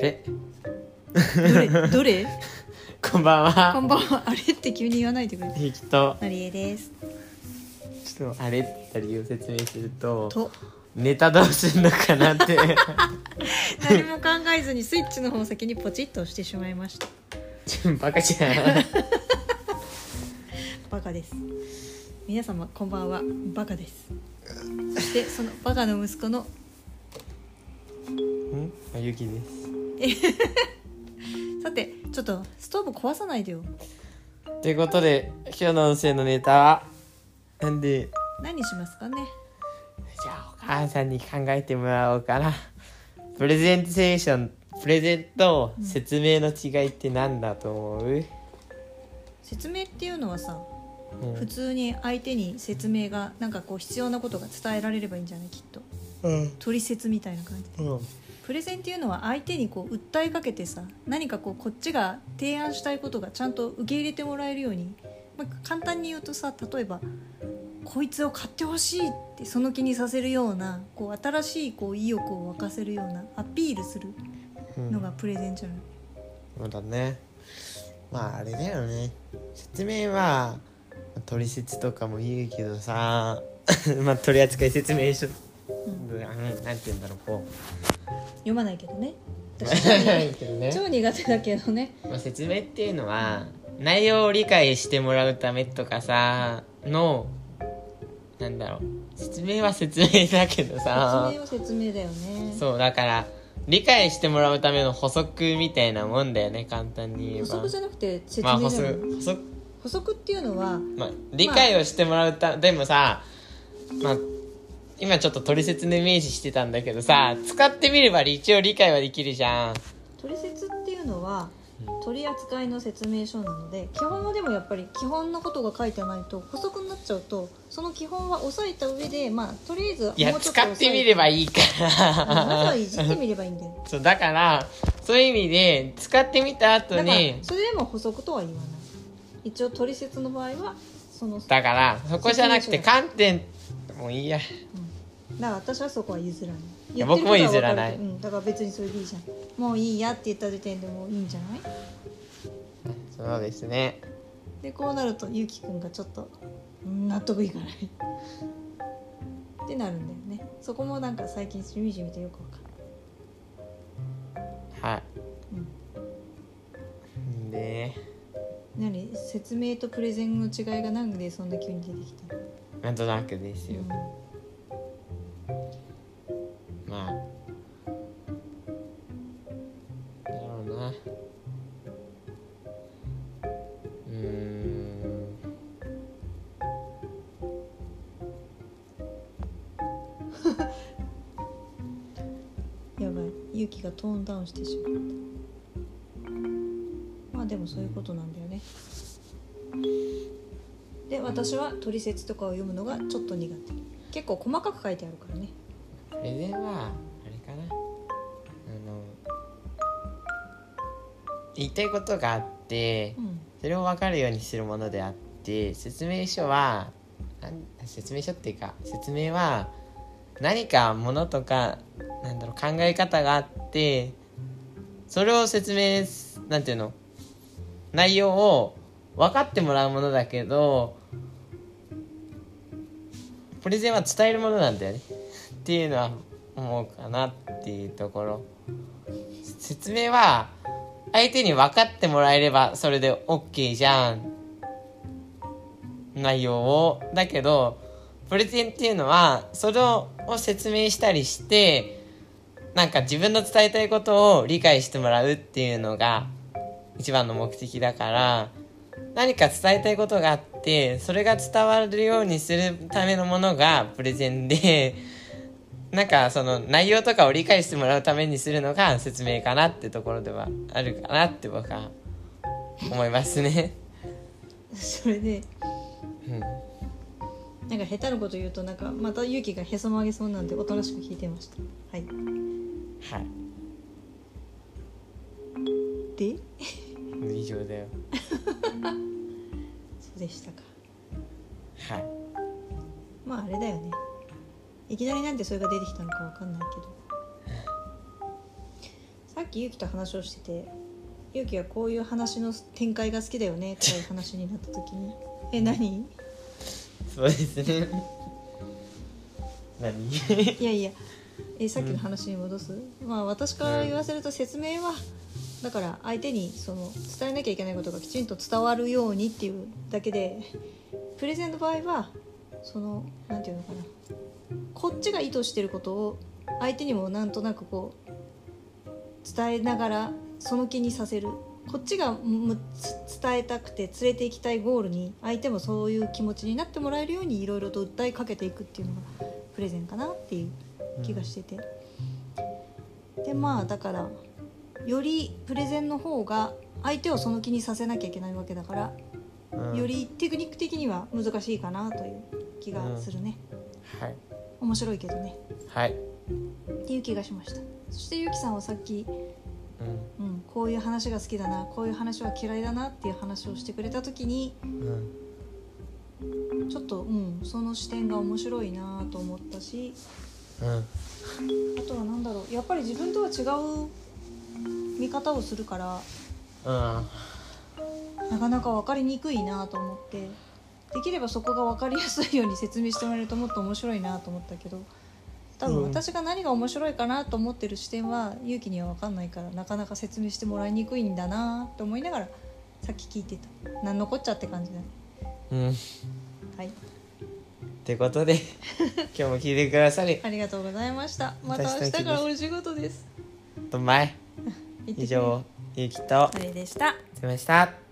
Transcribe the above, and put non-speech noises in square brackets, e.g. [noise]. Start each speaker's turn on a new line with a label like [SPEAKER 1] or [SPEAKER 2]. [SPEAKER 1] れ
[SPEAKER 2] どれどれ
[SPEAKER 1] こんばん
[SPEAKER 2] こ
[SPEAKER 1] は
[SPEAKER 2] んばんはあれって急に言わないでくれ
[SPEAKER 1] ゆきと
[SPEAKER 2] のりえです
[SPEAKER 1] ちょっとあれって言った理由を説明すると
[SPEAKER 2] と
[SPEAKER 1] ネタどうすんのかなって [laughs]
[SPEAKER 2] 何も考えずにスイッチの方を先にポチッと押してしまいました
[SPEAKER 1] ちょバカじ [laughs] ゃん
[SPEAKER 2] バカです皆様こんばんはバカですそしてそのバカの息子の
[SPEAKER 1] んあゆきです
[SPEAKER 2] さてちょっとストーブ壊さないでよ
[SPEAKER 1] ということで今日の音声のネタはなんで
[SPEAKER 2] 何にしますかね
[SPEAKER 1] じゃあお母さんに考えてもらおうかなプレゼンテーションプレゼンと説明の違いってなんだと思う、
[SPEAKER 2] 説明っていうのはさ
[SPEAKER 1] うん
[SPEAKER 2] 普通に相手に説明がなんかこう必要なことが伝えられればいいんじゃないきっと
[SPEAKER 1] うん
[SPEAKER 2] 取説みたいな感じで
[SPEAKER 1] うん
[SPEAKER 2] プレゼンっていうのは相手にこう訴えかけてさ何かこうこっちが提案したいことがちゃんと受け入れてもらえるように、まあ、簡単に言うとさ例えば「こいつを買ってほしい」ってその気にさせるようなこう新しいこう意欲を沸かせるようなアピールする
[SPEAKER 1] うん
[SPEAKER 2] のがプレゼンじゃない、
[SPEAKER 1] そうだねまああれだよね説明は取説とかも言うけどさ [laughs] まあ取扱説明書、うん、なんて言うんだろうこう
[SPEAKER 2] 読まないけ
[SPEAKER 1] [laughs]
[SPEAKER 2] どね私超苦
[SPEAKER 1] けどね
[SPEAKER 2] 超苦手だけどね
[SPEAKER 1] [laughs] まあ、説明っていうのは内容を理解してもらうためとかさのなんだろう説明は説明だけど
[SPEAKER 2] 説明
[SPEAKER 1] さ
[SPEAKER 2] は説明だよね
[SPEAKER 1] そうだから理解してもらうための補足みたいなもんだよね簡単に言え
[SPEAKER 2] 補
[SPEAKER 1] ば
[SPEAKER 2] 足じゃなくて説
[SPEAKER 1] まあ
[SPEAKER 2] 明
[SPEAKER 1] 補
[SPEAKER 2] じゃない、
[SPEAKER 1] 足補足
[SPEAKER 2] 補足っていうのは
[SPEAKER 1] まあ、理解をしてもらうた、でもさ、まあ、今ちょっと取説のイメージしてたんだけどさ使ってみれば一応理解はできるじゃん
[SPEAKER 2] 取説っていうのは取扱いの説明書なので基本はでもやっぱり基本のことが書いてないと補足になっちゃうとその基本は押さえた上でまあとりあえずもう
[SPEAKER 1] い
[SPEAKER 2] ちょ
[SPEAKER 1] や
[SPEAKER 2] っと
[SPEAKER 1] 使
[SPEAKER 2] 押さえ
[SPEAKER 1] ってみればいいか
[SPEAKER 2] あ [laughs] まずは
[SPEAKER 1] ら
[SPEAKER 2] いじってみればいいん
[SPEAKER 1] [laughs]
[SPEAKER 2] だよ
[SPEAKER 1] そうだからそういう意味で使ってみた
[SPEAKER 2] だ
[SPEAKER 1] 後
[SPEAKER 2] から
[SPEAKER 1] に
[SPEAKER 2] それでも補足とは言わない一応取説の場合はそのだか
[SPEAKER 1] だからそこじゃなくて観点もういいや
[SPEAKER 2] ら私はそこは譲らない
[SPEAKER 1] や
[SPEAKER 2] 言ってるこ
[SPEAKER 1] 僕
[SPEAKER 2] とは
[SPEAKER 1] も譲らない
[SPEAKER 2] わかるけどうん、だから別にそれでいいじゃんもういいやって言った時点でもういいんじゃない
[SPEAKER 1] そうですね
[SPEAKER 2] でこうなるとゆうきくんがちょっとうん納得いかないってなるんだよねそこもなんか最近しみじみとよくわかる
[SPEAKER 1] は
[SPEAKER 2] うん
[SPEAKER 1] いで
[SPEAKER 2] 何説明とプレゼンの違いがなんでそんな急に出てきたの
[SPEAKER 1] なんとなくですよ、
[SPEAKER 2] う
[SPEAKER 1] まあだろうなうーん
[SPEAKER 2] んやばいゆうきがトーンダウンしてしまったまあでもそういうことなんだよねで私は取説とかを読むのがちょっと苦手結構細かく書いてあるからね
[SPEAKER 1] プレゼンはあれかなあの言いたいことがあって
[SPEAKER 2] うん
[SPEAKER 1] それを分かるようにするものであって説明書はなん説明書っていうか説明は何かものとかなんだろう考え方があってそれを説明すなんていうの内容を分かってもらうものだけどプレゼンは伝えるものなんだよねっていうのは思うかなっていうところ説明は相手に分かってもらえればそれで OK じゃん内容をだけどプレゼンっていうのはそれを説明したりしてなんか自分の伝えたいことを理解してもらうっていうのが一番の目的だから何か伝えたいことがあってそれが伝わるようにするためのものがプレゼンでなんかその内容とかを理解してもらうためにするのが説明かなってところではあるかなって僕は思いますね。
[SPEAKER 2] [laughs] それで
[SPEAKER 1] うん
[SPEAKER 2] なんか下手なこと言うとなんかまた勇気がへそ曲げそうなんでおとなしく聞いてましたはい
[SPEAKER 1] はい
[SPEAKER 2] で
[SPEAKER 1] 以上だよ
[SPEAKER 2] そうでしたか
[SPEAKER 1] はい
[SPEAKER 2] まああれだよねいきなりなんでそれが出てきたのかわかんないけどさっきゆきと話をしててゆきはこういう話の展開が好きだよねっていう話になった時に「え何?」
[SPEAKER 1] そうですね何
[SPEAKER 2] いやいやえさっきの話に戻す、まあ私から言わせると説明はだから相手にその伝えなきゃいけないことがきちんと伝わるようにっていうだけでプレゼンの場合はそのなんていうのかなこっちが意図してることを相手にもなんとなくこう伝えながらその気にさせるこっちがむつ伝えたくて連れて行きたいゴールに相手もそういう気持ちになってもらえるようにいろいろと訴えかけていくっていうのがプレゼンかなっていう気がしてて、でまあだからよりプレゼンの方が相手をその気にさせなきゃいけないわけだから、
[SPEAKER 1] [laughs] うん
[SPEAKER 2] よりテクニック的には難しいかなという気がするね、
[SPEAKER 1] はい
[SPEAKER 2] 面白いけどね
[SPEAKER 1] はい、
[SPEAKER 2] っていう気がしましたそしてゆきさんはさっき、
[SPEAKER 1] うん
[SPEAKER 2] うん、こういう話が好きだなこういう話は嫌いだなっていう話をしてくれた時に
[SPEAKER 1] うん、
[SPEAKER 2] ちょっと、うん、その視点が面白いなと思ったし
[SPEAKER 1] うん、
[SPEAKER 2] あとは何だろうやっぱり自分とは違う見方をするから
[SPEAKER 1] うん、
[SPEAKER 2] なかなか分かりにくいなと思ってできればそこが分かりやすいように説明してもらえるともっと面白いなと思ったけど多分
[SPEAKER 1] うん
[SPEAKER 2] 私が何が面白いかなと思ってる視点は勇気には分かんないからなかなか説明してもらいにくいんだなと思いながらさっき聞いてたなんのこっちゃって感じだね
[SPEAKER 1] うん。っ
[SPEAKER 2] はい
[SPEAKER 1] てこと [laughs] で、今日も聞いてくださり、
[SPEAKER 2] ありがとうございましたまた明日からお仕事です
[SPEAKER 1] どんまい。
[SPEAKER 2] 行ってきます
[SPEAKER 1] 以上、ゆきと、
[SPEAKER 2] あれでした
[SPEAKER 1] 出ました。